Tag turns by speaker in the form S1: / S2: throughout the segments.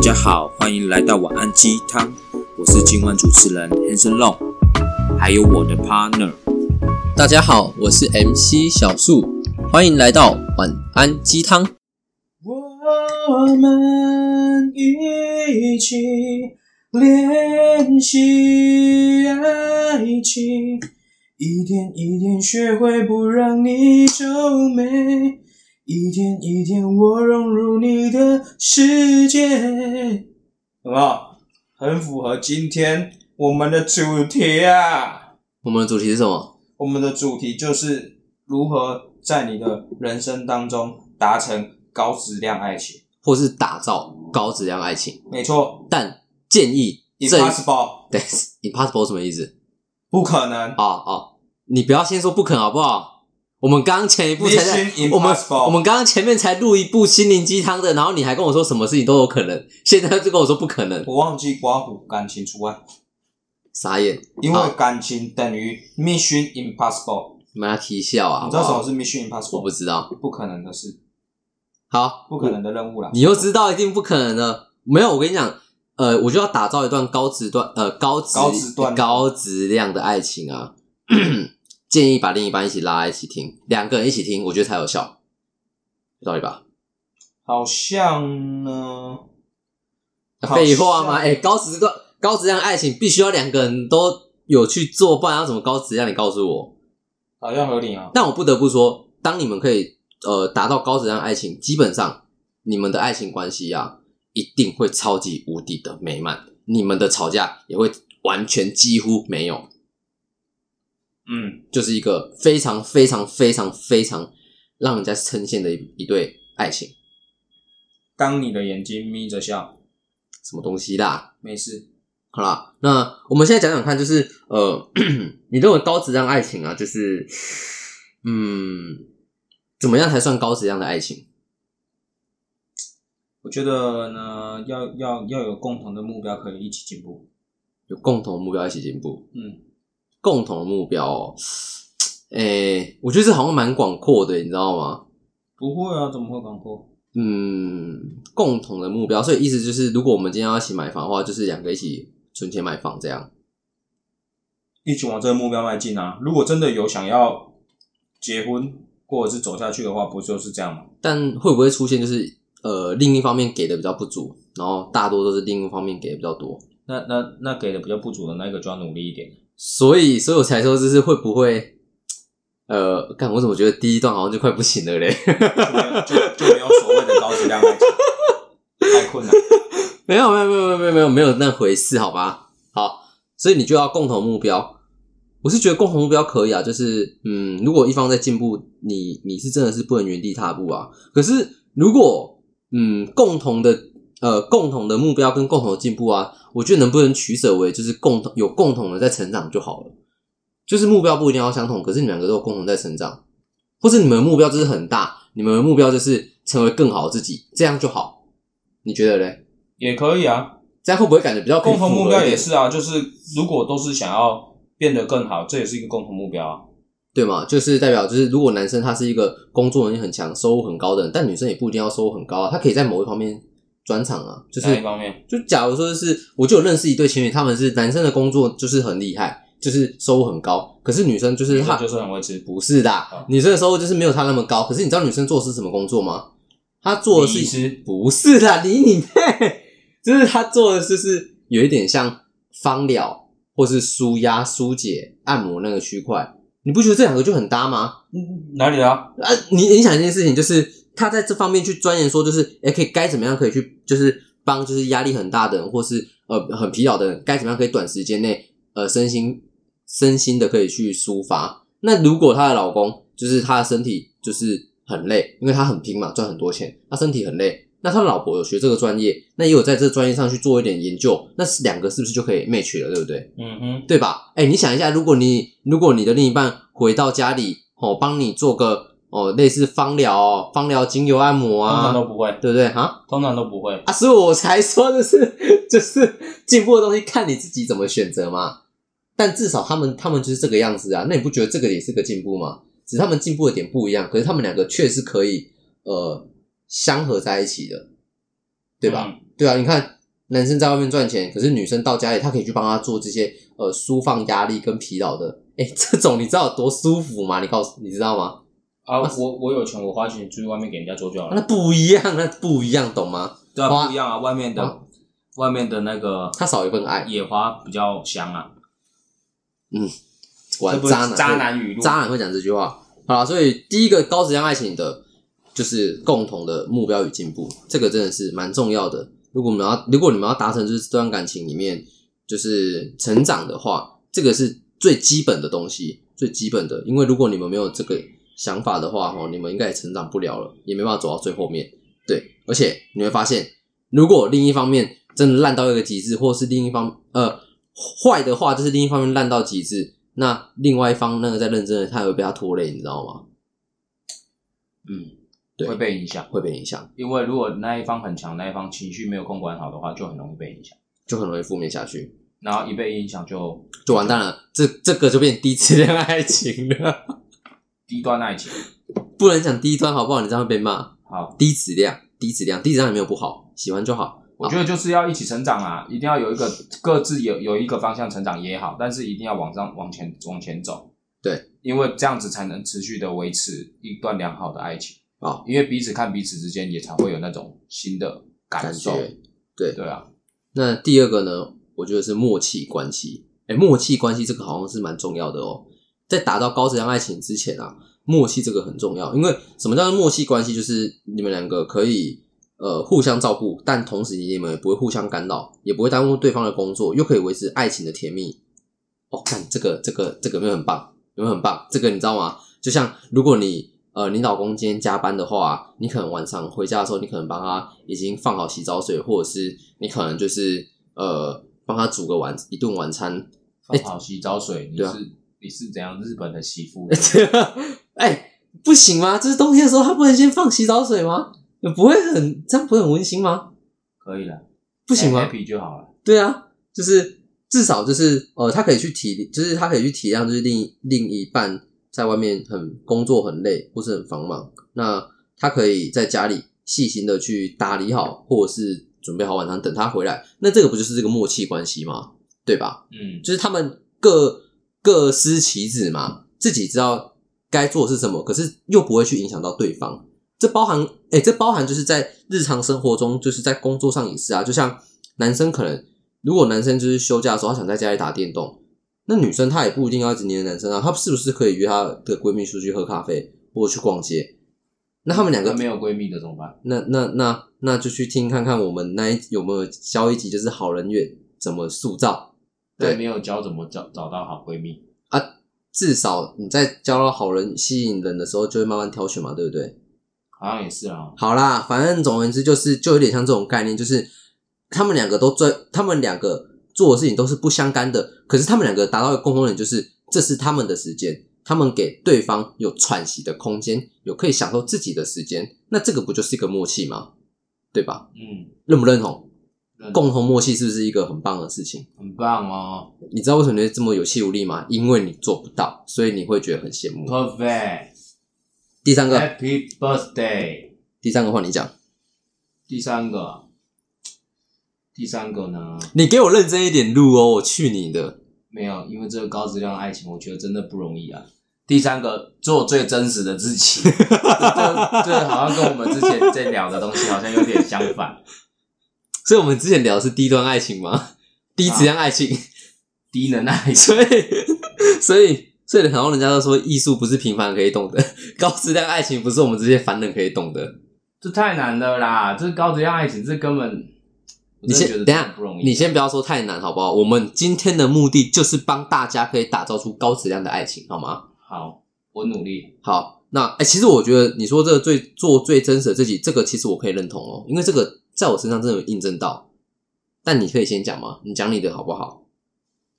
S1: 家好，欢迎来到晚安鸡汤，我是今晚主持人 Hanson Long，还有我的 partner。
S2: 大家好，我是 MC 小树，欢迎来到晚安鸡汤。
S3: 我们一起练习爱情，一点一点学会不让你皱眉，一天一天我融入你的世界。有没有？很符合今天我们的主题啊！
S2: 我们的主题是什么？
S3: 我们的主题就是如何在你的人生当中达成高质量爱情。
S2: 或是打造高质量爱情？
S3: 没错
S2: 但建议正
S3: ，impossible，
S2: 对 impossible 什么意思？
S3: 不可能。
S2: 哦哦，你不要先说不肯好不好？我们刚前一步才在
S3: Mission
S2: 我们
S3: Impossible
S2: 我们刚刚前面才录一部心灵鸡汤的，然后你还跟我说什么事情都有可能，现在就跟我说不可能，
S3: 我忘记刮胡，感情除外，
S2: 傻眼！
S3: 因
S2: 好
S3: 为感情等于 mission impossible。
S2: 你们要踢笑啊！
S3: 你知道
S2: 好
S3: 什
S2: 不好
S3: 么是 mission
S2: 我不
S3: impossible？
S2: 知道。
S3: 不可能的事，
S2: 好，
S3: 不可能的任务啦。
S2: 你又知道一定不可能的。没有，我跟你讲，呃，我就要打造一段高质段呃高质
S3: 高质段
S2: 高质量的爱情啊。 建议把另一半一起拉来一起听，两个人一起听，我觉得才有效，有道理吧？
S3: 好像呢，好
S2: 废话吗？
S3: 像
S2: 哎、高质段高质量爱情必须要两个人都有去做，不然要怎么高质量？你告诉我。
S3: 好像合理啊。
S2: 但我不得不说，当你们可以呃达到高质量爱情，基本上你们的爱情关系啊，一定会超级无敌的美满，你们的吵架也会完全几乎没有，
S3: 嗯，
S2: 就是一个非常非常非常非常让人家称羡的一一对爱情，
S3: 当你的眼睛眯着笑，
S2: 什么东西啦？
S3: 没事。
S2: 好啦，那我们现在讲讲看，就是呃， 你认为高质量爱情啊，就是嗯，怎么样才算高质量的爱情？
S3: 我觉得呢，要要要有共同的目标，可以一起进步。
S2: 有共同目标一起进步，
S3: 嗯，
S2: 共同目标、哦，诶、我觉得这好像蛮广阔的，你知道吗？
S3: 不会啊，怎么会广阔？
S2: 嗯，共同的目标，所以意思就是，如果我们今天要一起买房的话，就是两个一起存钱买房这样。
S3: 一起往这个目标迈进啊！如果真的有想要结婚或者是走下去的话，不就是这样吗？
S2: 但会不会出现就是呃，另一方面给的比较不足，然后大多都是另一方面给的比较多？
S3: 那那那给的比较不足的那个就要努力一点。
S2: 所以，所以我才说，就是会不会，呃，干，我怎么觉得第一段好像就快不行了嘞？
S3: 就没有就就没有所谓的高质量爱情，太困难。
S2: 没有，没有，没有，没有，没有，没有那回事，好吧？好，所以你就要共同目标。我是觉得共同目标可以啊，就是嗯，如果一方在进步，你你是真的是不能原地踏步啊。可是如果嗯，共同的呃共同的目标跟共同的进步啊，我觉得能不能取舍为就是共同有共同的在成长就好了。就是目标不一定要相同，可是你们两个都有共同在成长，或是你们的目标就是很大，你们的目标就是成为更好的自己，这样就好。你觉得嘞？
S3: 也可以啊，
S2: 这样会不会感觉比较
S3: 共同目标也
S2: 是
S3: 是啊，就是如果都是想要变得更好，这也是一个共同目标啊。
S2: 对嘛？就是代表就是如果男生他是一个工作能力很强、收入很高的人，但女生也不一定要收入很高啊，她可以在某一方面专长啊，就
S3: 哪一
S2: 是
S3: 方面？
S2: 就假如说是我就有认识一对情侣，他们是男生的工作就是很厉害，就是收入很高，可是女生就是
S3: 女
S2: 她
S3: 生就是哦很会吃
S2: 不是的，啊女生的收入就是没有他那么高。可是你知道女生做的是什么工作吗？她做的是
S3: 礼仪师
S2: 不是啦，理你妹！就是她做的就是有一点像芳疗或是舒压、疏解、按摩那个区块。你不觉得这两个就很搭吗？
S3: 嗯哪里啊？
S2: 啊，你你想一件事情，就是他在这方面去钻研，说就是，哎、可以该怎么样可以去，就是帮就是压力很大的人，或是呃很疲劳的人，该怎么样可以短时间内呃身心身心的可以去抒发。那如果她的老公就是她的身体就是很累，因为她很拼嘛，赚很多钱，她身体很累。那他老婆有学这个专业，那也有在这个专业上去做一点研究，那是两个是不是就可以 match 了，对不对？
S3: 嗯哼，
S2: 对吧？哎、你想一下，如果你如果你的另一半回到家里，哦，帮你做个哦类似芳疗、哦、芳疗精油按摩
S3: 通常
S2: 啊，
S3: 都不会，
S2: 对不对啊？
S3: 通常都不会。
S2: 啊，所以我才说的是，就是进步的东西看你自己怎么选择嘛。但至少他们他们就是这个样子啊，那你不觉得这个也是个进步吗？只是他们进步的点不一样，可是他们两个确实可以呃相合在一起的，对吧？
S3: 嗯？
S2: 对啊，你看男生在外面赚钱，可是女生到家里，她可以去帮他做这些呃舒放压力跟疲劳的。哎、这种你知道有多舒服吗？你告诉你知道吗？
S3: 啊，我我有钱，我花钱出去外面给人家做就好
S2: 那
S3: 了。
S2: 不一样，那不一样，懂吗？
S3: 对啊，
S2: 花
S3: 不一样啊，外面的外面的那个
S2: 他少一份爱，
S3: 野花比较香啊。
S2: 果然
S3: 这不是
S2: 渣男，
S3: 渣男语录，
S2: 渣男会讲这句话。好了，所以第一个高质量爱情的，就是共同的目标与进步，这个真的是蛮重要的。如果我们要，如果你们要达成就是这段感情里面就是成长的话，这个是最基本的东西，最基本的。因为如果你们没有这个想法的话，哦，你们应该也成长不了了，也没办法走到最后面。对，而且你会发现，如果另一方面真的烂到一个极致，或是另一方呃坏的话，就是另一方面烂到极致，那另外一方那个在认真的，他也会被他拖累，你知道吗？
S3: 嗯，
S2: 对
S3: 会被影响。
S2: 会被影响，
S3: 因为如果那一方很强，那一方情绪没有控管好的话，就很容易被影响。
S2: 就很容易负面下去，
S3: 然后一被影响就
S2: 就完蛋了。这这个就变低质量爱情了，
S3: 低端爱情。
S2: 不能讲低端好不好？你这样会被骂。
S3: 好，
S2: 低质量，低质量，低质量也没有不好，喜欢就好。
S3: 我觉得就是要一起成长啊，一定要有一个各自有有一个方向成长也好，但是一定要往上往前往前走。
S2: 对，
S3: 因为这样子才能持续的维持一段良好的爱情。
S2: 好，
S3: 因为彼此看彼此之间也才会有那种新的
S2: 感
S3: 感受。
S2: 觉。
S3: 对啊，
S2: 那第二个呢，我觉得是默契关系。哎、默契关系这个好像是蛮重要的哦。在达到高质量爱情之前啊，默契这个很重要。因为什么叫做默契关系？就是你们两个可以呃互相照顾，但同时你们也不会互相干扰，也不会耽误对方的工作，又可以维持爱情的甜蜜。哦，看这个这个这个有没有很棒？有没有很棒？这个你知道吗？就像如果你呃你老公今天加班的话，你可能晚上回家的时候，你可能帮他已经放好洗澡水，或者是你可能就是呃帮他煮个晚一顿晚餐。
S3: 放好洗澡水，
S2: 哎
S3: 你
S2: 对啊
S3: 是你是怎样日本的媳妇？
S2: 哎、不行吗？就是冬天的时候，他不能先放洗澡水吗？不会很这样不会很温馨吗？
S3: 可以了，
S2: 不行吗？
S3: ？Happy 就好了。
S2: 对啊，就是至少就是呃，他可以去体，就是他可以去体谅，就是另另一半在外面很工作很累或是很繁忙，那他可以在家里细心的去打理好，或者是准备好晚餐等他回来，那这个不就是这个默契关系吗？对吧？
S3: 嗯，
S2: 就是他们各各司其职嘛，自己知道该做的是什么，可是又不会去影响到对方。这包含，哎、这包含就是在日常生活中，就是在工作上也是啊。就像男生可能，如果男生就是休假的时候，他想在家里打电动，那女生她也不一定要一直黏着男生啊，她是不是可以约她的闺蜜出去喝咖啡或者去逛街？那他们两个
S3: 那没有闺蜜的怎么办？
S2: 那那那那就去听看看我们那一有没有教一集，就是好人缘怎么塑造。对
S3: 对，没有教怎么找找到好闺蜜。
S2: 至少你在交到好人、吸引人的时候，就会慢慢挑选嘛，对不对？
S3: 好像也是啊，
S2: 好啦，反正总而言之，就是就有点像这种概念，就是他们两个都做，他们两个做的事情都是不相干的，可是他们两个达到的共同点就是，这是他们的时间，他们给对方有喘息的空间，有可以享受自己的时间，那这个不就是一个默契吗？对吧？
S3: 嗯，
S2: 认不认同？
S3: 认
S2: 共同默契是不是一个很棒的事情？
S3: 很棒哦
S2: 你知道为什么你会这么有气无力吗？因为你做不到，所以你会觉得很羡慕。
S3: ，perfect，happy
S2: 第三个，
S3: birthday。
S2: 第三个换你讲，
S3: 第三个，第三个呢？
S2: 你给我认真一点录哦，我去你的！
S3: 没有，因为这个高质量爱情，我觉得真的不容易啊。第三个，做最真实的 自己，这这这好像跟我们之前在聊的东西好像有点相反。
S2: 所以我们之前聊的是低端爱情吗？ 低质量爱情，
S3: 低能爱
S2: 所
S3: 情，
S2: 以 所以所以很多人家都说艺术不是平凡可以懂的， 高质量爱情不是我们这些凡人可以懂的。
S3: 这太难了啦！这高质量爱情，这根本，我
S2: 你
S3: 真的
S2: 先
S3: 觉得
S2: 等
S3: 真
S2: 一
S3: 的
S2: 下
S3: 不容，易。
S2: 你先不要说太难好不好？我们今天的目的就是帮大家可以打造出高质量的爱情，好吗？
S3: 好，我努力。
S2: 好，那哎、欸其实我觉得你说这个最做最真实的自己，这个其实我可以认同哦，因为这个在我身上真的有印证到。但你可以先讲吗？你讲你的好不好？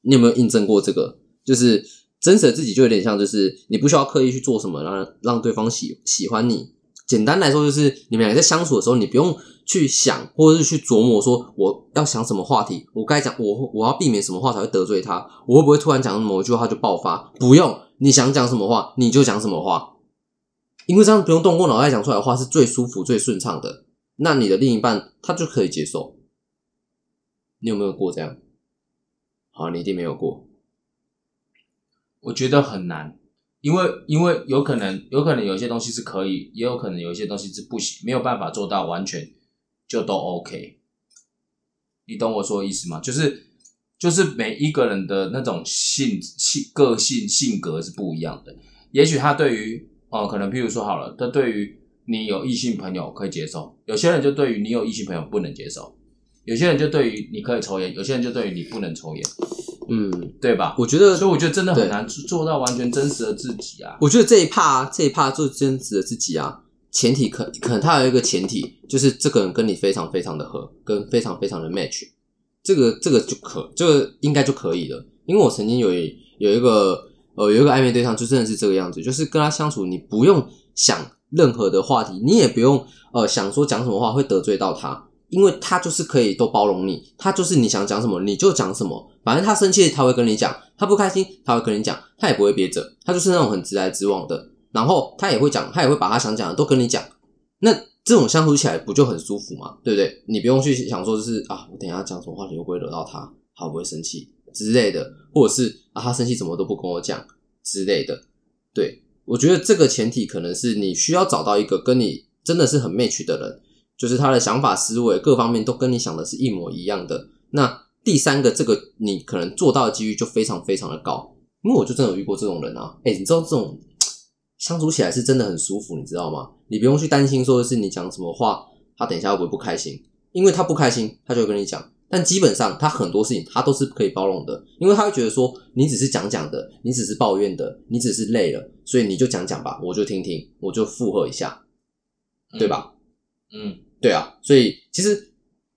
S2: 你有没有印证过这个？就是真实的自己，就有点像，就是你不需要刻意去做什么，让让对方喜喜欢你。简单来说，就是你们俩在相处的时候，你不用去想，或者是去琢磨说我要想什么话题，我该讲我我要避免什么话才会得罪他，我会不会突然讲某一句话就爆发？不用，你想讲什么话你就讲什么话，因为这样不用动过脑袋讲出来的话是最舒服、最顺畅的。那你的另一半他就可以接受，你有没有过这样？好，你一定没有过。
S3: 我觉得很难，因为因为有可能有可能有些东西是可以，也有可能有一些东西是不行，没有办法做到完全就都 OK。你懂我说的意思吗？就是就是每一个人的那种性性个性性格是不一样的。也许他对于哦、呃可能譬如说好了，他对于你有异性朋友可以接受，有些人就对于你有异性朋友不能接受，有些人就对于你可以抽烟，有些人就对于你不能抽烟，
S2: 嗯，
S3: 对吧？
S2: 我觉得
S3: 所以我觉得真的很
S2: 对
S3: 难做做到完全真实的自己啊。
S2: 我觉得这一趴这一趴做真实的自己啊，前提可可能他有一个前提，就是这个人跟你非常非常的合，跟非常非常的 match，这个这个就可这个应该就可以了。因为我曾经有一有一个呃有一个暧昧对象，就真的是这个样子，就是跟他相处，你不用想任何的话题，你也不用呃想说讲什么话会得罪到他。因为他就是可以都包容你，他就是你想讲什么你就讲什么，反正他生气他会跟你讲，他不开心他会跟你讲，他也不会憋着，他就是那种很直来直往的，然后他也会讲，他也会把他想讲的都跟你讲，那这种相处起来不就很舒服吗？对不对？你不用去想说就是啊，我等一下讲什么话题会不会惹到他，他会不会生气之类的，或者是啊他生气怎么都不跟我讲之类的，对我觉得这个前提可能是你需要找到一个跟你真的是很 match 的人，就是他的想法、思维各方面都跟你想的是一模一样的。那第三个，这个你可能做到的几率就非常非常的高，因为我就真的有遇过这种人啊。哎、你知道这种相处起来是真的很舒服，你知道吗？你不用去担心说是你讲什么话，他等一下会不会不开心，因为他不开心，他就会跟你讲。但基本上，他很多事情他都是可以包容的，因为他会觉得说，你只是讲讲的，你只是抱怨的，你只是累了，所以你就讲讲吧，我就听听，我就附和一下，对吧？
S3: 嗯，
S2: 对啊，所以其实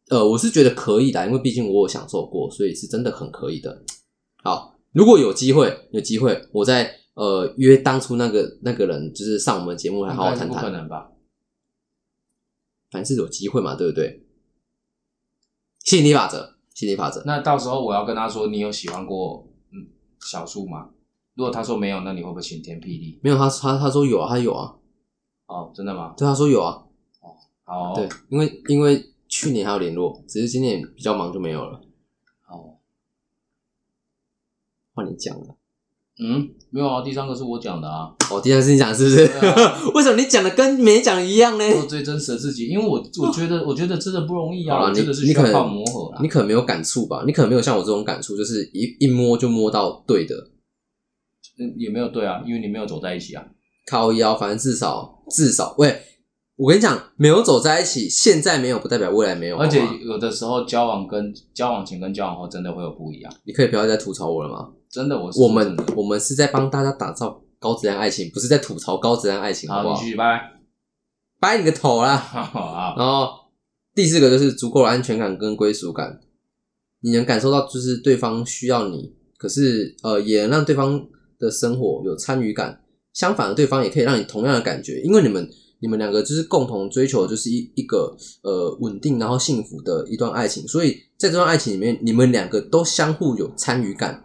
S2: 呃，我是觉得可以的，因为毕竟我有享受过，所以是真的很可以的。好，如果有机会，有机会，我再呃约当初那个那个人，就是上我们节目来
S3: 应
S2: 好好
S3: 该是
S2: 谈
S3: 不可
S2: 谈。
S3: 能吧？
S2: 反正是有机会嘛，对不对？吸引力法则，吸引力法则，
S3: 那到时候我要跟他说，你有喜欢过嗯小树吗？如果他说没有，那你会不会晴天霹雳？
S2: 没有他他他说有啊，他有啊，
S3: 哦，真的吗？
S2: 对，他说有啊，
S3: 好哦，
S2: 对，因为因为去年还有联络，只是今年比较忙就没有了。
S3: 好，哦
S2: 换你讲了，
S3: 嗯，没有啊，第三个是我讲的啊，
S2: 哦，第三次你讲是不是？
S3: 对
S2: 为什么你讲的跟没讲一样呢？
S3: 做最真实的自己，因为我我觉得我觉得真的不容易
S2: 好
S3: 啊，
S2: 啦
S3: 我
S2: 你
S3: 真的是
S2: 你
S3: 需
S2: 可
S3: 要
S2: 能
S3: 靠磨合啦
S2: 你。可能没有感触吧？你可能没有像我这种感触，就是一一摸就摸到对的
S3: 嗯也没有对啊，因为你没有走在一起啊。
S2: 靠腰，反正至少至少喂，我跟你讲，没有走在一起，现在没有不代表未来没有，啊
S3: 而且
S2: 好吗
S3: 有的时候交往跟交往前跟交往后真的会有不一样，
S2: 你可以不要再吐槽我了吗？
S3: 真的我是
S2: 我
S3: 说
S2: 们
S3: 真的
S2: 我们是在帮大家打造高质量爱情，不是在吐槽高质量爱情，好
S3: 好，
S2: 不
S3: 你
S2: 好
S3: 继？续，拜
S2: 掰你个头啦！
S3: 拜。好，
S2: 然后第四个就是足够的安全感跟归属感，你能感受到就是对方需要你，可是呃也能让对方的生活有参与感。相反的，对方也可以让你同样的感觉，因为你们你们两个就是共同追求就是一一个呃稳定然后幸福的一段爱情，所以在这段爱情里面，你们两个都相互有参与感，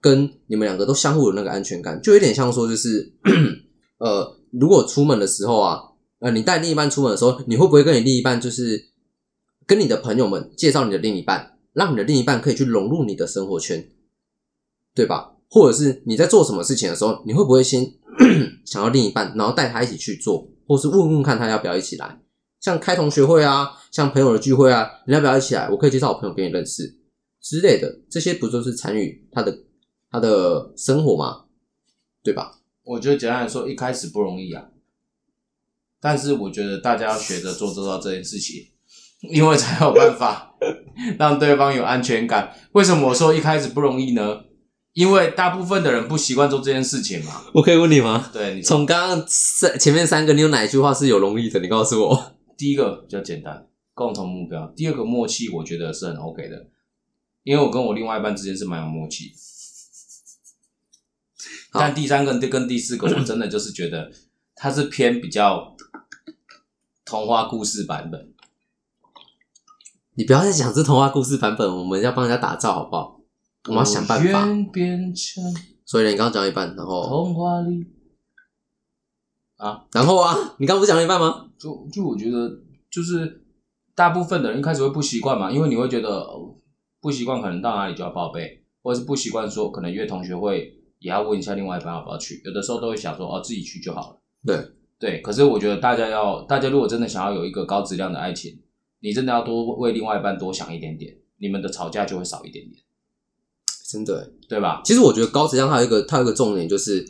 S2: 跟你们两个都相互有那个安全感，就有点像说就是 呃，如果出门的时候啊，呃，你带另一半出门的时候，你会不会跟你另一半就是跟你的朋友们介绍你的另一半，让你的另一半可以去融入你的生活圈，对吧？或者是你在做什么事情的时候，你会不会先 想要另一半，然后带他一起去做，或是问问看他要不要一起来？像开同学会啊，像朋友的聚会啊，你要不要一起来？我可以介绍我朋友给你认识之类的，这些不就是参与他的他的生活吗？对吧？
S3: 我觉得简单来说，一开始不容易啊，但是我觉得大家要学着做做到这件事情，因为才有办法让对方有安全感。为什么我说一开始不容易呢？因为大部分的人不习惯做这件事情嘛。
S2: 我可以问你吗？
S3: 对你说
S2: 从刚刚三前面三个，你有哪一句话是有容易的？你告诉我。
S3: 第一个比较简单，共同目标；第二个默契，我觉得是很 OK 的，因为我跟我另外一半之间是蛮有默契的。
S2: 好
S3: 但第三个跟第四个，我真的就是觉得它是偏比较童话故事版本。
S2: 你不要再讲这童话故事版本，我们要帮人家打造好不好？哦我哦们要想办法。
S3: 愿变成
S2: 所以你刚刚讲一半，然后
S3: 童话里，
S2: 然后啊，你刚刚不是讲了一半吗？
S3: 就就我觉得就是大部分的人一开始会不习惯嘛，因为你会觉得、哦不习惯，可能到哪里就要报备，或者是不习惯说可能约同学会也要问一下另外一半要不要去，有的时候都会想说哦自己去就好了。
S2: 对
S3: 对，可是我觉得大家要，大家如果真的想要有一个高质量的爱情，你真的要多为另外一半多想一点点，你们的吵架就会少一点点，
S2: 真的欸。
S3: 对吧？
S2: 其实我觉得高质量它有一个它有一个重点，就是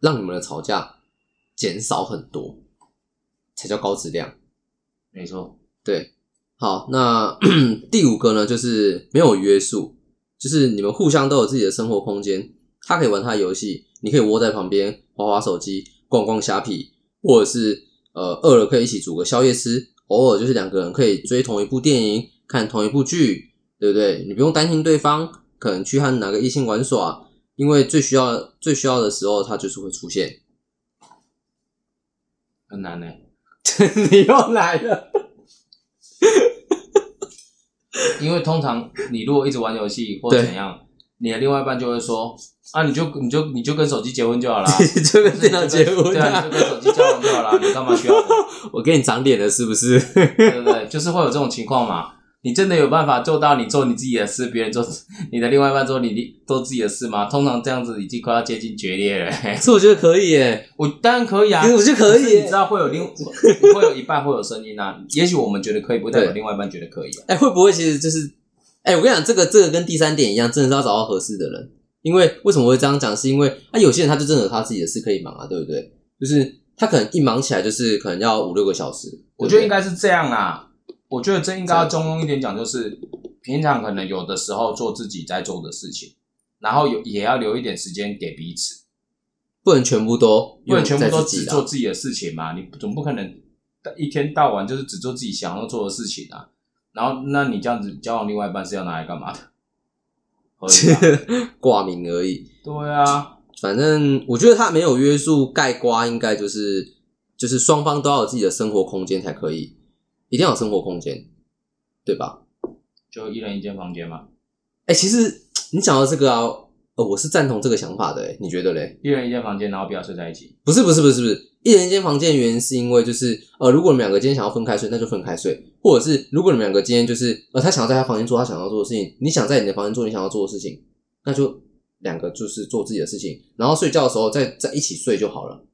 S2: 让你们的吵架减少很多，才叫高质量。
S3: 没错，
S2: 对，好，那 第五个呢，就是没有约束，就是你们互相都有自己的生活空间，他可以玩他的游戏，你可以窝在旁边划划手机、逛逛虾皮，或者是呃饿了可以一起煮个宵夜吃，偶尔就是两个人可以追同一部电影、看同一部剧，对不对？你不用担心对方可能去和哪个异性玩耍，因为最需要最需要的时候，他就是会出现。
S3: 很难欸呢、
S2: 你又来了，
S3: 因为通常你如果一直玩游戏或
S2: 对
S3: 怎样，你的另外一半就会说啊，你就你就你就跟手机结婚就 好啦，
S2: 你就跟电脑结婚
S3: 对啊，
S2: 啊
S3: 你就跟手机交往就好啦，你干嘛需要我？
S2: 我给你长脸了，是不是？
S3: 对不对？就是会有这种情况嘛。你真的有办法做到你做你自己的事，别人做你的另外一半做你做自己的事吗？通常这样子已经快要接近决裂了、 嘿
S2: 这我觉得可以耶。
S3: 我当然可以啊，
S2: 可是我觉得可以
S3: 是你知道会有另会有一半会有声音啊。也许我们觉得可以，不代表
S2: 对
S3: 另外一半觉得可以啊。
S2: 哎、会不会其实就是，哎、我跟你讲，这个这个跟第三点一样，真的是要找到合适的人。因为为什么会这样讲，是因为啊，有些人他就真的有他自己的事可以忙啊，对不对？就是他可能一忙起来，就是可能要五六个小时。
S3: 我觉得应
S2: 该
S3: 该是这样啦。我觉得这应该要中庸一点讲，就是平常可能有的时候做自己在做的事情，然后有也要留一点时间给彼此。
S2: 不能全部都
S3: 不能全部
S2: 用
S3: 都
S2: 在自己啊
S3: 只
S2: 啦
S3: 做自己的事情嘛，你总不可能一天到晚就是只做自己想要做的事情啊。然后，那你这样子交往另外一半是要拿来干 嘛的？合理吧
S2: 挂名而已。
S3: 对啊，
S2: 反正我觉得他没有约束，盖瓜应该就是就是双方都要有自己的生活空间才可以，一定要有生活空间，对吧？
S3: 就一人一间房间嘛，
S2: 哎、其实你讲到这个啊，呃，我是赞同这个想法的、哎，你觉得嘞？
S3: 一人一间房间，然后不要睡在一起。
S2: 不是不是不是不是，一人一间房间的原因是因为就是呃，如果你们两个今天想要分开睡，那就分开睡；或者是如果你们两个今天就是呃，他想要在他房间做他想要做的事情，你想在你的房间做你想要做的事情，那就两个就是做自己的事情，然后睡觉的时候再在一起睡就好了。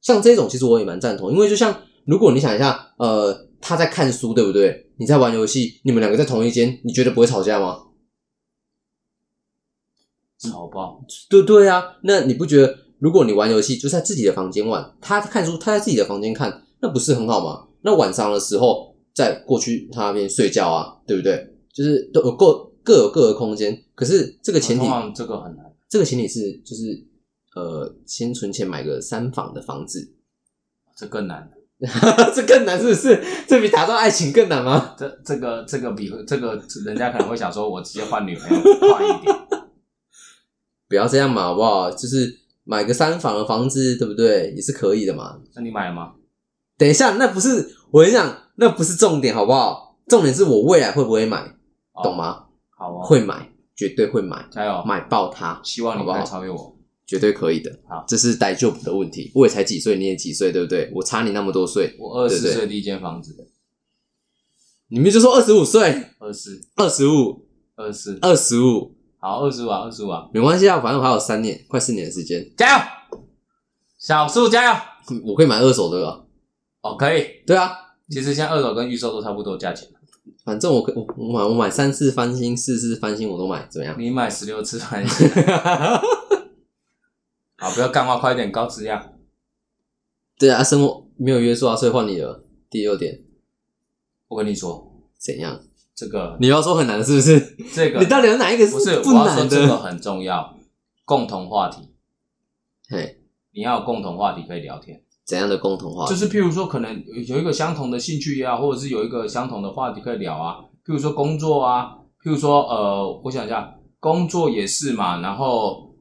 S2: 像这种其实我也蛮赞同，因为就像如果你想一下，呃，他在看书对不对？你在玩游戏，你们两个在同一间，你觉得不会吵架吗？嗯
S3: 吵爆！
S2: 对对啊，那你不觉得如果你玩游戏就在自己的房间玩，他看书他在自己的房间看，那不是很好吗？那晚上的时候再过去他那边睡觉啊，对不对？就是都有各各有各的空间，可是这个前提
S3: 啊通，常这个很难，
S2: 这个前提是就是呃，先存钱买个三房的房子，
S3: 这更难。
S2: 这更难是不是？这比打造爱情更难吗？
S3: 这这个这个比这个人家可能会想说，我直接换女朋友快一点。
S2: 不要这样嘛，好不好？就是买个三房的房子，对不对？也是可以的嘛。
S3: 那你买了吗？
S2: 等一下，那不是我跟你讲，那不是重点，好不好？重点是我未来会不会买，
S3: 哦
S2: 懂？吗？
S3: 好哦，
S2: 会买，绝对会买，
S3: 加油！
S2: 买爆它，
S3: 希望你
S2: 好不
S3: 可
S2: 好
S3: 以超越我。
S2: 绝对可以的。
S3: 好
S2: 这是待就补的问题。我也才几岁，你也几岁，对不对？我差你那么多岁，
S3: 我二十
S2: 对对
S3: 岁第一间房子，
S2: 你们就说二十五岁，
S3: 二十
S2: 二十五，
S3: 二十
S2: 二十五，
S3: 好，二十五啊，二十五啊，
S2: 没关系啊，反正我还有三年，快四年的时间，
S3: 加油！小树加油！
S2: 我可以买二手的啊。
S3: 哦，可以。
S2: 对啊，
S3: 其实现在二手跟预售都差不多价钱，
S2: 反正我可我我买我买三次翻新，四次翻新我都买，怎么样？
S3: 你买十六次翻新。好，不要干话，快一点，高质量。
S2: 对啊，生活没有约束啊，所以换你了。第六点
S3: 我跟你说，
S2: 怎样？
S3: 这个
S2: 你要说很难是不是？
S3: 这个
S2: 你到底有哪一个
S3: 啊不是
S2: 不
S3: 我要说
S2: 难
S3: 这个
S2: 的？
S3: 很重要，共同话题，
S2: 嘿，
S3: 你要有共同话题可以聊天。
S2: 怎样的共同话？
S3: 就是譬如说，可能有一个相同的兴趣啊，或者是有一个相同的话题可以聊啊，譬如说工作啊，譬如说呃，我想一下，工作也是嘛，然后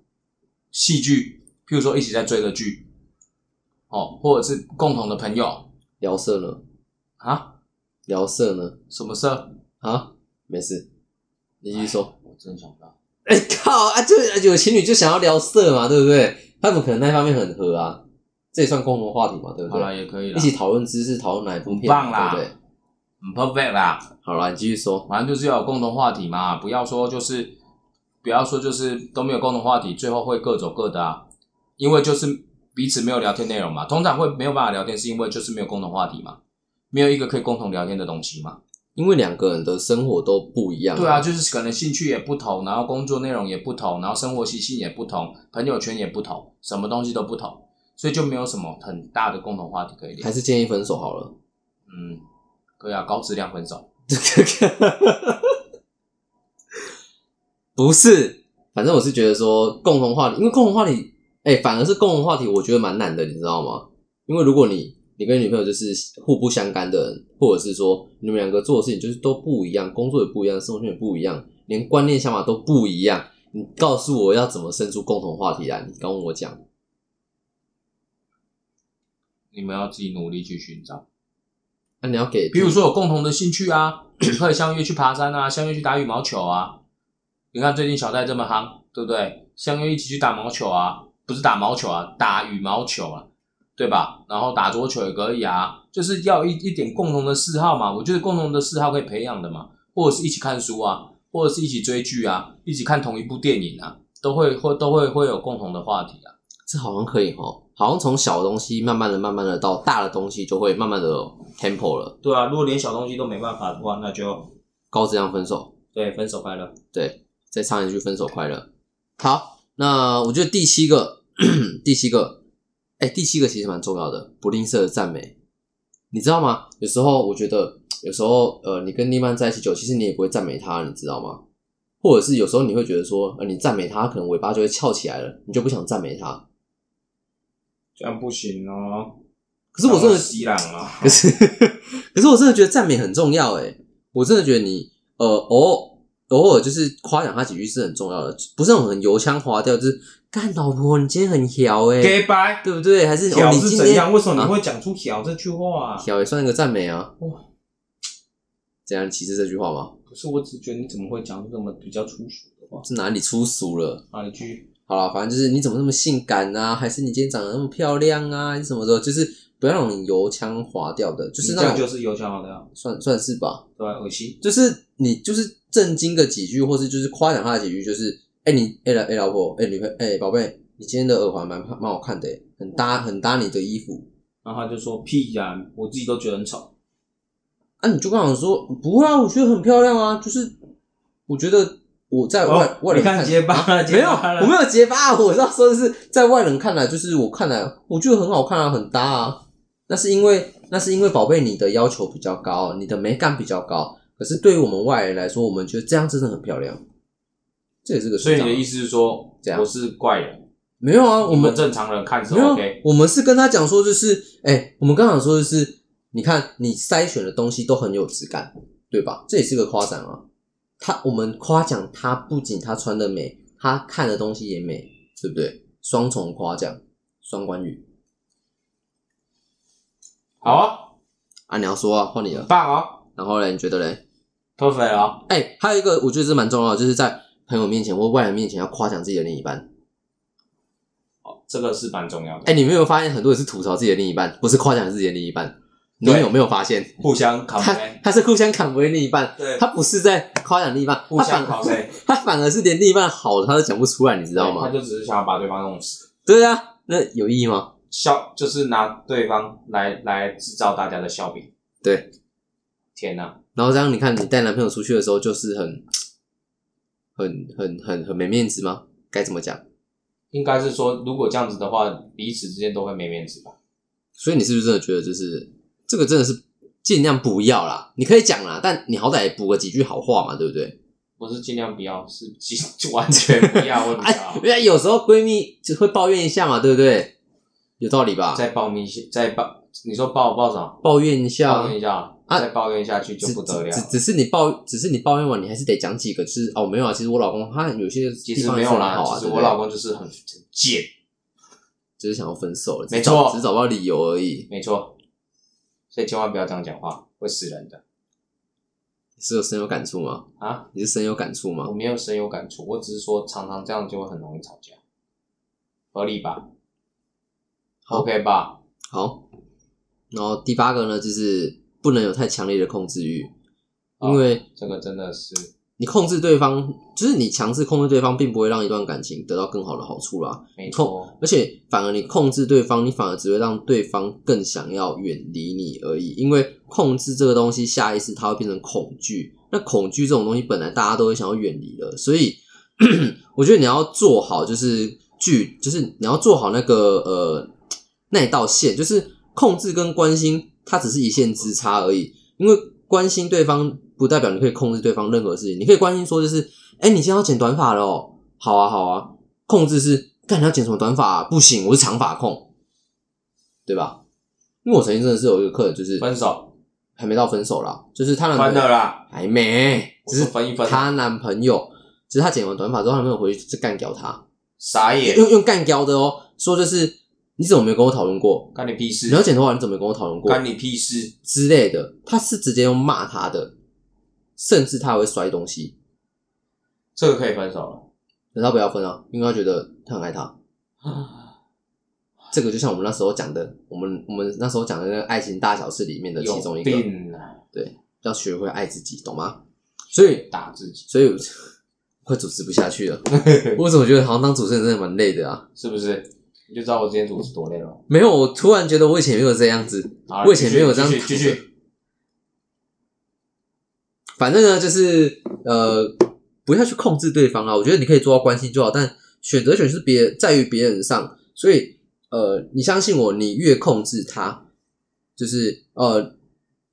S3: 戏剧，譬如说一起在追的剧，哦，或者是共同的朋友
S2: 聊色呢？
S3: 啊，
S2: 聊色呢？
S3: 什么社？
S2: 啊，没事，你继续说。
S3: 我真想不到，
S2: 哎、靠啊！就有情侣就想要聊色嘛，对不对？他们可能那方面很合啊，这也算共同话题嘛，对不
S3: 好了
S2: 对？
S3: 也可以了，
S2: 一起讨论知识，讨论哪一部片，
S3: 很棒啦
S2: 对不对？
S3: 很 perfect 啦。
S2: 好了，你继续说。
S3: 反正就是要有共同话题嘛，不要说就是不要说就是都没有共同话题，最后会各走各的啊。因为就是彼此没有聊天内容嘛，通常会没有办法聊天，是因为就是没有共同话题嘛，没有一个可以共同聊天的东西嘛。
S2: 因为两个人的生活都不一样，
S3: 对啊，，就是可能兴趣也不同，然后工作内容也不同，然后生活习性也不同，朋友圈也不同，什么东西都不同，所以就没有什么很大的共同话题可以聊
S2: 还。是建议分手好了。
S3: 嗯，可以啊，高质量分手。
S2: 不是，反正我是觉得说共同话题，因为共同话题，哎、反而是共同话题，我觉得蛮难的，你知道吗？因为如果你你跟女朋友就是互不相干的人，或者是说你们两个做的事情就是都不一样，工作也不一样，生活圈也不一样，连观念想法都不一样，你告诉我要怎么生出共同话题来？你跟我讲，
S3: 你们要自己努力去寻找。
S2: 啊那、你要给，
S3: 比如说有共同的兴趣 啊，你可以相约去爬山啊，相约去打羽毛球啊。你看最近小戴这么夯，对不对？相约一起去打毛球啊，不是打毛球啊，打羽毛球啊，对吧？然后打桌球也可以啊，就是要一一点共同的嗜好嘛。我觉得共同的嗜好可以培养的嘛，或者是一起看书啊，或者是一起追剧啊，一起看同一部电影啊，都会会都会会有共同的话题啊。
S2: 这好像可以哈，好像从小的东西慢慢的、慢慢的到大的东西，就会慢慢的 tempo 了，
S3: 对啊，如果连小东西都没办法的话，那就
S2: 高质量分手。
S3: 对分手快乐。
S2: 对，再唱一句“分手快乐”。好，那我觉得第七个， 第七个，哎、第七个其实蛮重要的，不吝啬的赞美。你知道吗？有时候我觉得，有时候呃，你跟另一半在一起久，其实你也不会赞美他，你知道吗？或者是有时候你会觉得说，呃，你赞美他，可能尾巴就会翘起来了，你就不想赞美他。
S3: 这样不行哦。
S2: 可是我真的
S3: 洗朗啊，
S2: 可是， 可是我真的觉得赞美很重要诶，我真的觉得你呃偶偶尔就是夸奖他几句是很重要的，不是那种很油腔滑调，就是干老婆你今天很调诶，
S3: gay bye，
S2: 哎对不对？还是哦
S3: 屌
S2: 你
S3: 是
S2: 今
S3: 怎
S2: 天
S3: 样？为什么你会讲出屌这句话啊？
S2: 调也算一个赞美啊
S3: 哇？
S2: 怎样你歧视这句话吗？
S3: 不是，我只觉得你怎么会讲出这么比较粗俗的话？
S2: 是哪里粗俗了？
S3: 啊，你继续。
S2: 好了，反正就是你怎么那么性感啊？还是你今天长得那么漂亮啊？还是什么时候？就是不要那种油腔滑调的，就是
S3: 你这
S2: 那
S3: 样
S2: 种
S3: 就是油腔滑调，
S2: 算算是吧。
S3: 啊对吧？恶心。
S2: 就是你就是震惊个几句，或是就是夸奖他的几句，就是哎、你哎老哎老婆哎、女朋哎宝贝，你今天的耳环蛮蛮好看的、很搭很搭你的衣服。
S3: 然后他就说屁呀、我自己都觉得很丑。
S2: 啊，你就跟我说不会啊，我觉得很漂亮啊，就是我觉得我在外、
S3: 哦
S2: 外人
S3: 你看结巴了，
S2: 没
S3: 结
S2: 有，
S3: 巴了
S2: 我没有结巴，啊我要说的是，在外人看来，就是我看来，我觉得很好看啊，很搭啊。那是因为，那是因为宝贝，你的要求比较高，你的美感比较高。可是对于我们外人来说，我们觉得这样真的很漂亮。这也是个
S3: 所以你的意
S2: 思
S3: 思是说
S2: 怎，样
S3: 我是怪人，
S2: 没有啊？我
S3: 你们
S2: 们
S3: 正常人看是
S2: 没有啊
S3: OK。
S2: 我们是跟他讲说，就是哎、我们刚讲说就是，你看你筛选的东西都很有质感，对吧？这也是个夸奖啊。他我们夸奖他，不仅他穿的美，他看的东西也美，对不对？双重夸奖，双关语
S3: 好啊，
S2: 啊！你要说啊，换你了
S3: 很。棒啊
S2: 然后嘞，你觉得嘞？
S3: ，perfect 啊，
S2: 哎、还有一个我觉得是蛮重要的，就是在朋友面前或外人面前要夸奖自己的另一半。
S3: 哦这个是蛮重要的。
S2: 哎、你们有没有发现很多人是吐槽自己的另一半，不是夸奖自己的另一半？你
S3: 对
S2: 有没有发现？
S3: 互相考
S2: 他
S3: 呗，
S2: 他是互相砍回另一半
S3: 对，
S2: 他不是在夸奖另一半，
S3: 互
S2: 他
S3: 相
S2: 反
S3: 考呗，
S2: 他反而是连另一半好的他都讲不出来，你知道
S3: 对他
S2: 吗？
S3: 就只是想要把对方弄死。
S2: 对啊，那有意义吗？
S3: 笑，就是拿对方来来制造大家的笑柄。
S2: 对，
S3: 天哪、
S2: 然后这样你看，你带男朋友出去的时候，就是很、很、很、很、很没面子吗？该怎么讲？
S3: 应该是说，如果这样子的话，彼此之间都会没面子吧？
S2: 所以你是不是真的觉得，就是这个真的是尽量不要啦？你可以讲啦，但你好歹也补个几句好话嘛，对不对？
S3: 不是尽量不要，是尽完全不要，我不
S2: 哎
S3: 要，。
S2: 因为有时候闺蜜就会抱怨一下嘛，对不对？有道理吧？
S3: 再抱怨一下，再抱，你说抱抱什么？
S2: 抱怨一下啊，
S3: 抱怨一下，
S2: 啊
S3: 再抱怨下去就
S2: 只
S3: 不得了
S2: 只。只只是你抱，只是你抱怨完，你还是得讲几个，就是哦，没有啊，其实我老公他有些
S3: 其
S2: 地
S3: 实
S2: 方
S3: 没
S2: 也是
S3: 有
S2: 很
S3: 啦，
S2: 好啊，
S3: 其
S2: 对
S3: 实
S2: 不
S3: 我
S2: 对
S3: 老公就是很很贱，
S2: 只是想要分手了，只
S3: 没
S2: 找
S3: 错
S2: 只是找不到理由而已。
S3: 没错。所以千万不要这样讲话，会死人的
S2: 你是有深有感触吗？
S3: 啊！
S2: 你是深有感触吗
S3: 我？没有深有感触，我只是说常常这样就会很容易吵架，合理吧
S2: 好
S3: ？OK 吧？
S2: 好，然后第八个呢，就是不能有太强烈的控制欲，
S3: 哦
S2: 因为
S3: 这个真的是
S2: 你控制对方，就是你强制控制对方，并不会让一段感情得到更好的好处啦。
S3: 没错，
S2: 而且反而你控制对方，你反而只会让对方更想要远离你而已。因为控制这个东西，下意识它会变成恐惧。那恐惧这种东西，本来大家都会想要远离的，所以 我觉得你要做好就是距，就是你要做好那个呃那一道线，就是控制跟关心，它只是一线之差而已。因为关心对方不代表你可以控制对方任何事情，你可以关心说就是，哎、你现在要剪短发了哦，好啊好啊，控制是，看你要剪什么短发啊、不行，我是长发控，对吧？因为我曾经真的是有一个客人，就是
S3: 分手
S2: 还没到分手啦，就是她男朋
S3: 分
S2: 友
S3: 了啦，
S2: 还没，嗯
S3: 我
S2: 只是
S3: 说分一分
S2: 她男朋友，只是她剪完短发之后，她男朋友回去就干掉她，
S3: 傻眼，
S2: 用用干掉的哦，说就是你怎么没有跟我讨论过？
S3: 干你屁事
S2: 你，要剪头发，你怎么没跟我讨论过？
S3: 干你屁事，
S2: 之类的，他是直接用骂他的，甚至他还会摔东西，
S3: 这个可以分手
S2: 等他不要分啊，因为他觉得他很爱 他。
S3: 了，
S2: 这个就像我们那时候讲的，我们我们那时候讲的那个爱情大小事里面的其中一
S3: 有
S2: 个，
S3: 病啊，
S2: 要学会爱自己，懂吗？所以，
S3: 打自己，
S2: 所以我快主持不下去 了。我怎么觉得好像当主持人真的蛮累的啊？
S3: 是不是？你就知道我今天主持多累了。
S2: 没有，我突然觉得我以前没有这样子，
S3: 好
S2: 我以前没有这样
S3: 继续继续继续，
S2: 反正呢，就是呃，不要去控制对方啊。我觉得你可以做到关心就好，但选择权是别在于别人上，所以呃，你相信我，你越控制他，就是呃，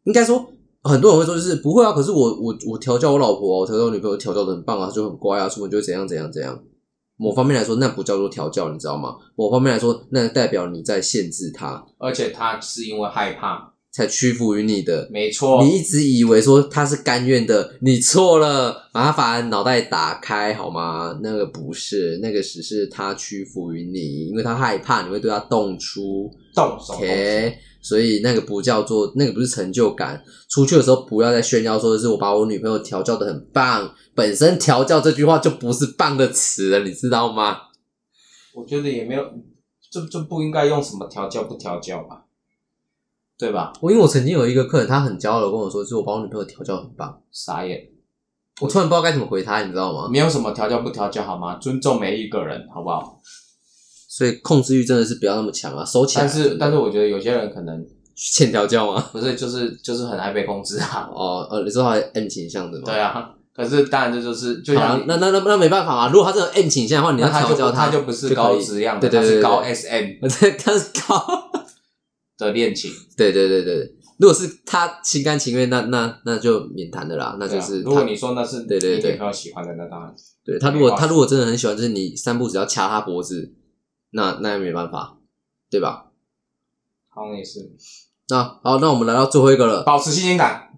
S2: 应该说很多人会说就是不会啊，可是我我我调教我老婆啊、我调教我女朋友调教的很棒啊，她就很乖啊，出门就会怎样怎样怎样。某方面来说，那不叫做调教，你知道吗？某方面来说，那代表你在限制他，
S3: 而且他是因为害怕，
S2: 才屈服于你的
S3: 没错，
S2: 你一直以为说他是甘愿的，你错了，麻烦脑袋打开好吗？那个不是，那个只是他屈服于你，因为他害怕你会对他动粗
S3: 动手动手，
S2: ，OK？所以那个不叫做，那个不是成就感。出去的时候不要再炫耀说是我把我女朋友调教的很棒，本身调教这句话就不是棒的词了，你知道吗？
S3: 我觉得也没有，这这不应该用什么调教不调教吧，对吧？
S2: 我因为我曾经有一个客人，他很骄傲的跟我说，就是我把我女朋友调教得很棒，
S3: 傻眼，
S2: 我突然不知道该怎么回他，你知道吗？
S3: 没有什么调教不调教好吗？尊重每一个人，好不好？
S2: 所以控制欲真的是不要那么强啊，收起来。
S3: 但是但是我觉得有些人可能
S2: 欠调教吗？
S3: 不是就是就是很爱被控制啊，
S2: 哦，呃，你说他 M 倾向的吗？
S3: 对啊。可是当然这就是就
S2: 好啊，
S3: 像你
S2: 那那那那没办法啊。如果他这种 M 倾向的话，你要
S3: 那他
S2: 调
S3: 就
S2: 教
S3: 不他
S2: 就
S3: 就不是高
S2: 可以
S3: 质量的，
S2: 对
S3: 他
S2: 对对
S3: 是高
S2: 对
S3: SM
S2: 我在看高，
S3: 的恋情。
S2: 对对对对对。如果是他心甘情愿，那那那就免谈的啦，那就
S3: 对啊
S2: 是他、
S3: 如果你说那是
S2: 对对对
S3: 你女朋友喜欢的，那当然
S2: 对他如果
S3: 没话
S2: 他如果真的很喜欢，就是你三步只要掐他脖子，那那也没办法，对吧？
S3: 好像也是
S2: 那好，那我们来到最后一个了，
S3: 保持新鲜感，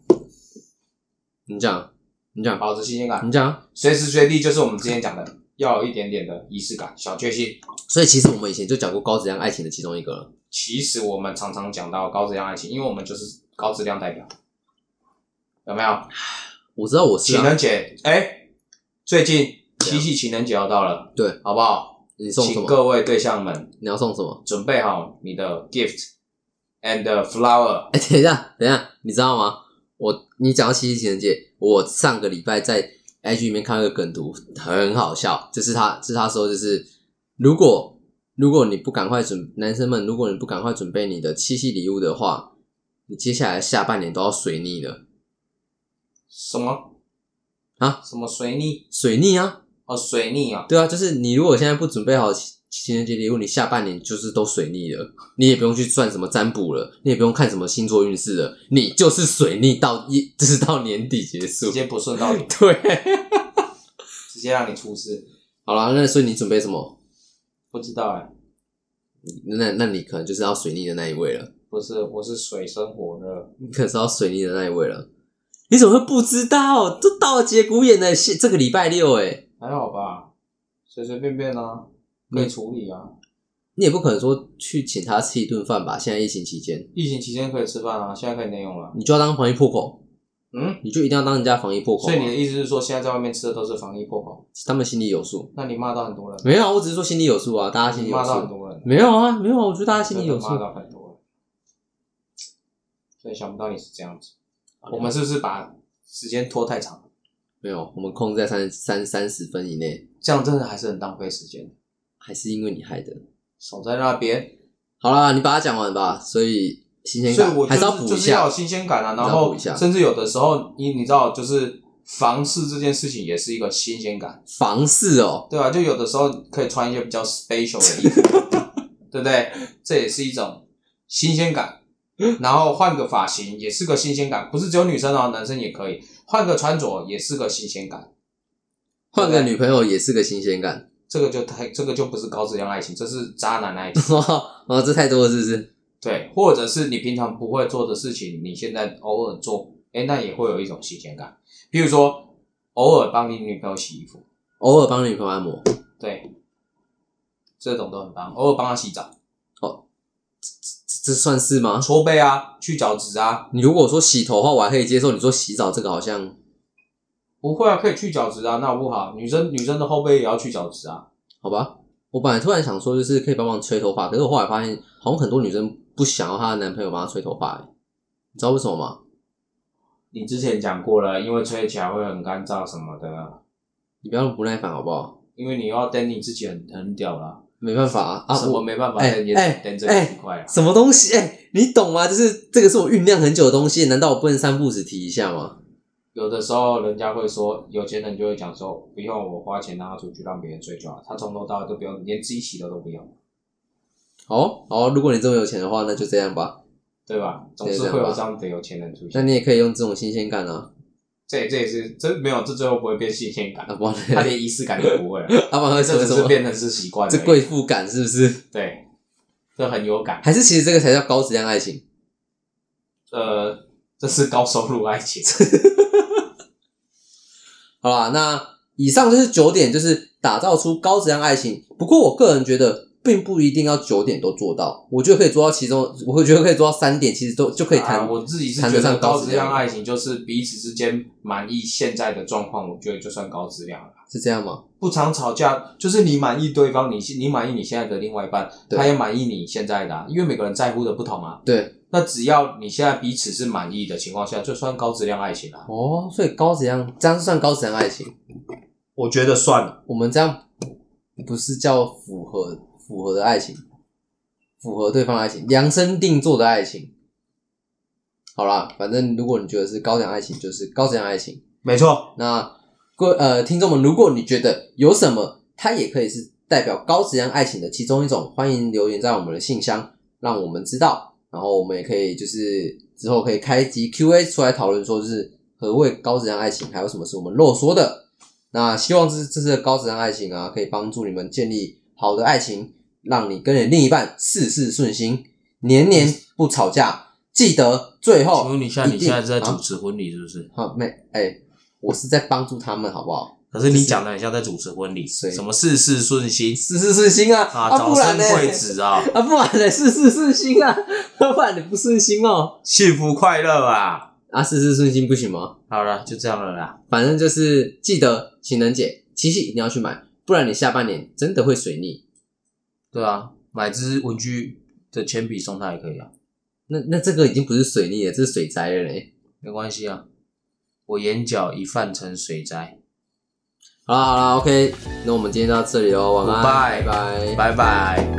S2: 你讲，你讲，
S3: 保持新鲜感。
S2: 你讲。
S3: 随时随地就是我们之前讲的，要有一点点的仪式感、小确幸。
S2: 所以其实我们以前就讲过高质量爱情的其中一个了，
S3: 其实我们常常讲到高质量爱情，因为我们就是高质量代表，有没有？
S2: 我知道我是、
S3: 情
S2: 啊，
S3: 人节，哎、最近七夕情人节要到了，
S2: 对，
S3: 好不好？
S2: 你送什
S3: 请
S2: 么？
S3: 各位对象们
S2: 你要送什么？
S3: 准备好你的 gift and flower。
S2: 哎、等一下，等一下，你知道吗？我你讲到七夕情人节，我上个礼拜在 IG 里面看到一个梗图，很好笑，就是他，是他说，就是如果如果你不赶快准，男生们，如果你不赶快准备你的七夕礼物的话，你接下来下半年都要水逆了，
S3: 什么
S2: 啊？
S3: 什么水逆？
S2: 水逆啊，
S3: 哦，水逆啊！
S2: 对啊，就是你如果现在不准备好情情人节礼物，你下半年就是都水逆了，你也不用去算什么占卜了，你也不用看什么星座运势了，你就是水逆到一，就是到年底结束
S3: 直。接不顺道理，
S2: 对，啊
S3: 直接让你出事，
S2: 好啦，那所以你准备什么？
S3: 不知道哎、
S2: 那那你可能就是要水逆的那一位了，
S3: 不是，我是水深火热。
S2: 你可能是要水逆的那一位了。你怎么会不知道？都到了节骨眼了，是这个礼拜六哎、
S3: 还好吧，随随便便啊，可以处理啊。
S2: 你也不可能说去请他吃一顿饭吧？现在疫情期间，
S3: 疫情期间可以吃饭啊，现在可以内用了。
S2: 你就要当防疫破口，
S3: 嗯，
S2: 你就一定要当人家防疫破口啊、
S3: 所以你的意思是说，现在在外面吃的都是防疫破口？
S2: 他们心里有数。
S3: 那你骂到很多人，
S2: 没有啊，我只是说心里有数啊，大家心里
S3: 你
S2: 有
S3: 骂到很
S2: 数。
S3: 多人，
S2: 没有啊，没有啊，我觉得大家心里有
S3: 真
S2: 数
S3: 的。骂到很多人。所以想不到你是这样子。我们是不是把时间拖太长了？
S2: 没有，我们控制在三三三十分以内，
S3: 这样真的还是很浪费时间。
S2: 还是因为你害的。
S3: 守在那边，
S2: 好啦，你把它讲完吧。所以新鲜
S3: 所以
S2: 感
S3: 我、就是、
S2: 还是要补一
S3: 就是要
S2: 下
S3: 有。新鲜感
S2: 还
S3: 啊。
S2: 是
S3: 然
S2: 要
S3: 后
S2: 补一下
S3: 甚至有的时候，你你知道，就是房事这件事情也是一个新鲜感，
S2: 房事哦，
S3: 对吧、啊就有的时候可以穿一些比较 special 的衣服，对不对？这也是一种新鲜感。然后换个发型也是个新鲜感，不是只有女生哦，男生也可以换个穿着也是个新鲜感。
S2: 换
S3: 对
S2: 个女朋友也是个新鲜感。
S3: 这个就太这个就不是高质量爱情，这是渣 男爱情。
S2: 哦，这太多了是不是？
S3: 对，或者是你平常不会做的事情，你现在偶尔做，哎，那也会有一种新鲜感。比如说，偶尔帮你女朋友洗衣服，
S2: 偶尔帮女朋友按摩，
S3: 对，这种都很棒。偶尔帮她洗澡、
S2: 这这算是吗？
S3: 搓背啊、去角质啊，
S2: 你如果说洗头的话，我还可以接受。你说洗澡这个好像
S3: 不会啊，可以去角质啊，那不好。女生女生的后背也要去角质啊，
S2: 好吧？我本来突然想说，就是可以帮忙吹头发，可是我后来发现，好像很多女生不想要她的男朋友帮她吹头发、欸，你知道为什么吗？
S3: 你之前讲过了，因为吹起来会很干燥什么的，啊
S2: 你不要那么不耐烦好不好？
S3: 因为你要等你自己很很屌啦，
S2: 没办法啊，啊
S3: 什
S2: 我
S3: 么没办法，
S2: 哎
S3: 等也
S2: 哎
S3: 等这
S2: 哎
S3: 一块啊。
S2: 什么东西？哎、你懂吗？就是这个是我酝酿很久的东西，难道我不能三步只提一下吗？
S3: 有的时候人家会说，有钱人就会讲说，不用我花钱让他出去让别人睡就好，他从头到尾都不用，连自己洗头都不用，
S2: 好哦好，如果你这么有钱的话，那就这样吧。
S3: 对吧？总
S2: 对
S3: 是
S2: 这样
S3: 会有
S2: 吧
S3: 这样的有钱人出
S2: 那
S3: 现。
S2: 你也可以用这种新鲜感啊，
S3: 这这也是这没有，这最后不会变新 鲜感
S2: 啊，，不然
S3: 他
S2: 呢
S3: 连仪式感都不会了，
S2: 啊，不然会成
S3: 这
S2: 为
S3: 只
S2: 什
S3: 是
S2: 么？
S3: 变成是习惯而已。
S2: 这贵妇感是不是？
S3: 对，这很有感，
S2: 还是其实这个才叫高质量爱情？
S3: 呃，这是高收入爱情。啊
S2: 好啦，那以上就是九点，就是打造出高质量爱情。不过我个人觉得，并不一定要九点都做到，我觉得可以做到其中，我会觉得可以做到三点，其实都就可以谈。
S3: 啊我自己是
S2: 谈
S3: 觉
S2: 得
S3: 得
S2: 上
S3: 高
S2: 高
S3: 质
S2: 质
S3: 量
S2: 量
S3: 爱情就是彼此之间满意现在的状况，我觉得就算高质量了。
S2: 是这样吗？
S3: 不常吵架，就是你满意对方，你你满意你现在的另外一半，
S2: 对
S3: 他也满意你现在的、啊，因为每个人在乎的不同啊。
S2: 对
S3: 那只要你现在彼此是满意的情况下，就算高质量爱情啊。
S2: 哦，所以高质量这样算高质量爱情。
S3: 我觉得算了，
S2: 我们这样不是叫符合符合的爱情，符合对方的爱情，量身定做的爱情。好啦，反正如果你觉得是高质量爱情，就是高质量爱情。
S3: 没错，
S2: 那各位呃听众们，如果你觉得有什么，它也可以是代表高质量爱情的其中一种，欢迎留言在我们的信箱，让我们知道。然后我们也可以就是之后可以开一集 Q&A 出来讨论，说就是何谓高质量爱情，还有什么是我们漏说的。那希望这这次的高质量爱情啊，可以帮助你们建立好的爱情，让你跟你另一半事事顺心，年年不吵架。记得最哦后一定，
S3: 请问你现在你现在是在
S2: 啊
S3: 主持婚礼是不是？
S2: 好，没，哎、我是在帮助他们，好不好？
S3: 可是你讲的很像在主持婚礼，
S2: 谁
S3: 什么事事顺心
S2: 事事顺心啊，
S3: 啊，
S2: 啊，
S3: 早
S2: 不然
S3: 生
S2: 呢？
S3: 贵子啊，
S2: 啊，不然呢？事事顺心啊， 不然你不顺心哦。
S3: 幸福快乐啊！
S2: 啊，事事顺心不行吗？
S3: 好了，就这样了啦。
S2: 反正就是记得情人节七夕一定要去买，不然你下半年真的会水逆。
S3: 对啊，买支文具的铅笔送他也可以啊，
S2: 那那这个已经不是水逆了，这是水灾了嘞。
S3: 没关系啊。我眼角已泛成水灾。
S2: 好啦好啦，OK，那我们今天到这里喽，晚安，
S3: Goodbye
S2: 拜拜
S3: 拜拜。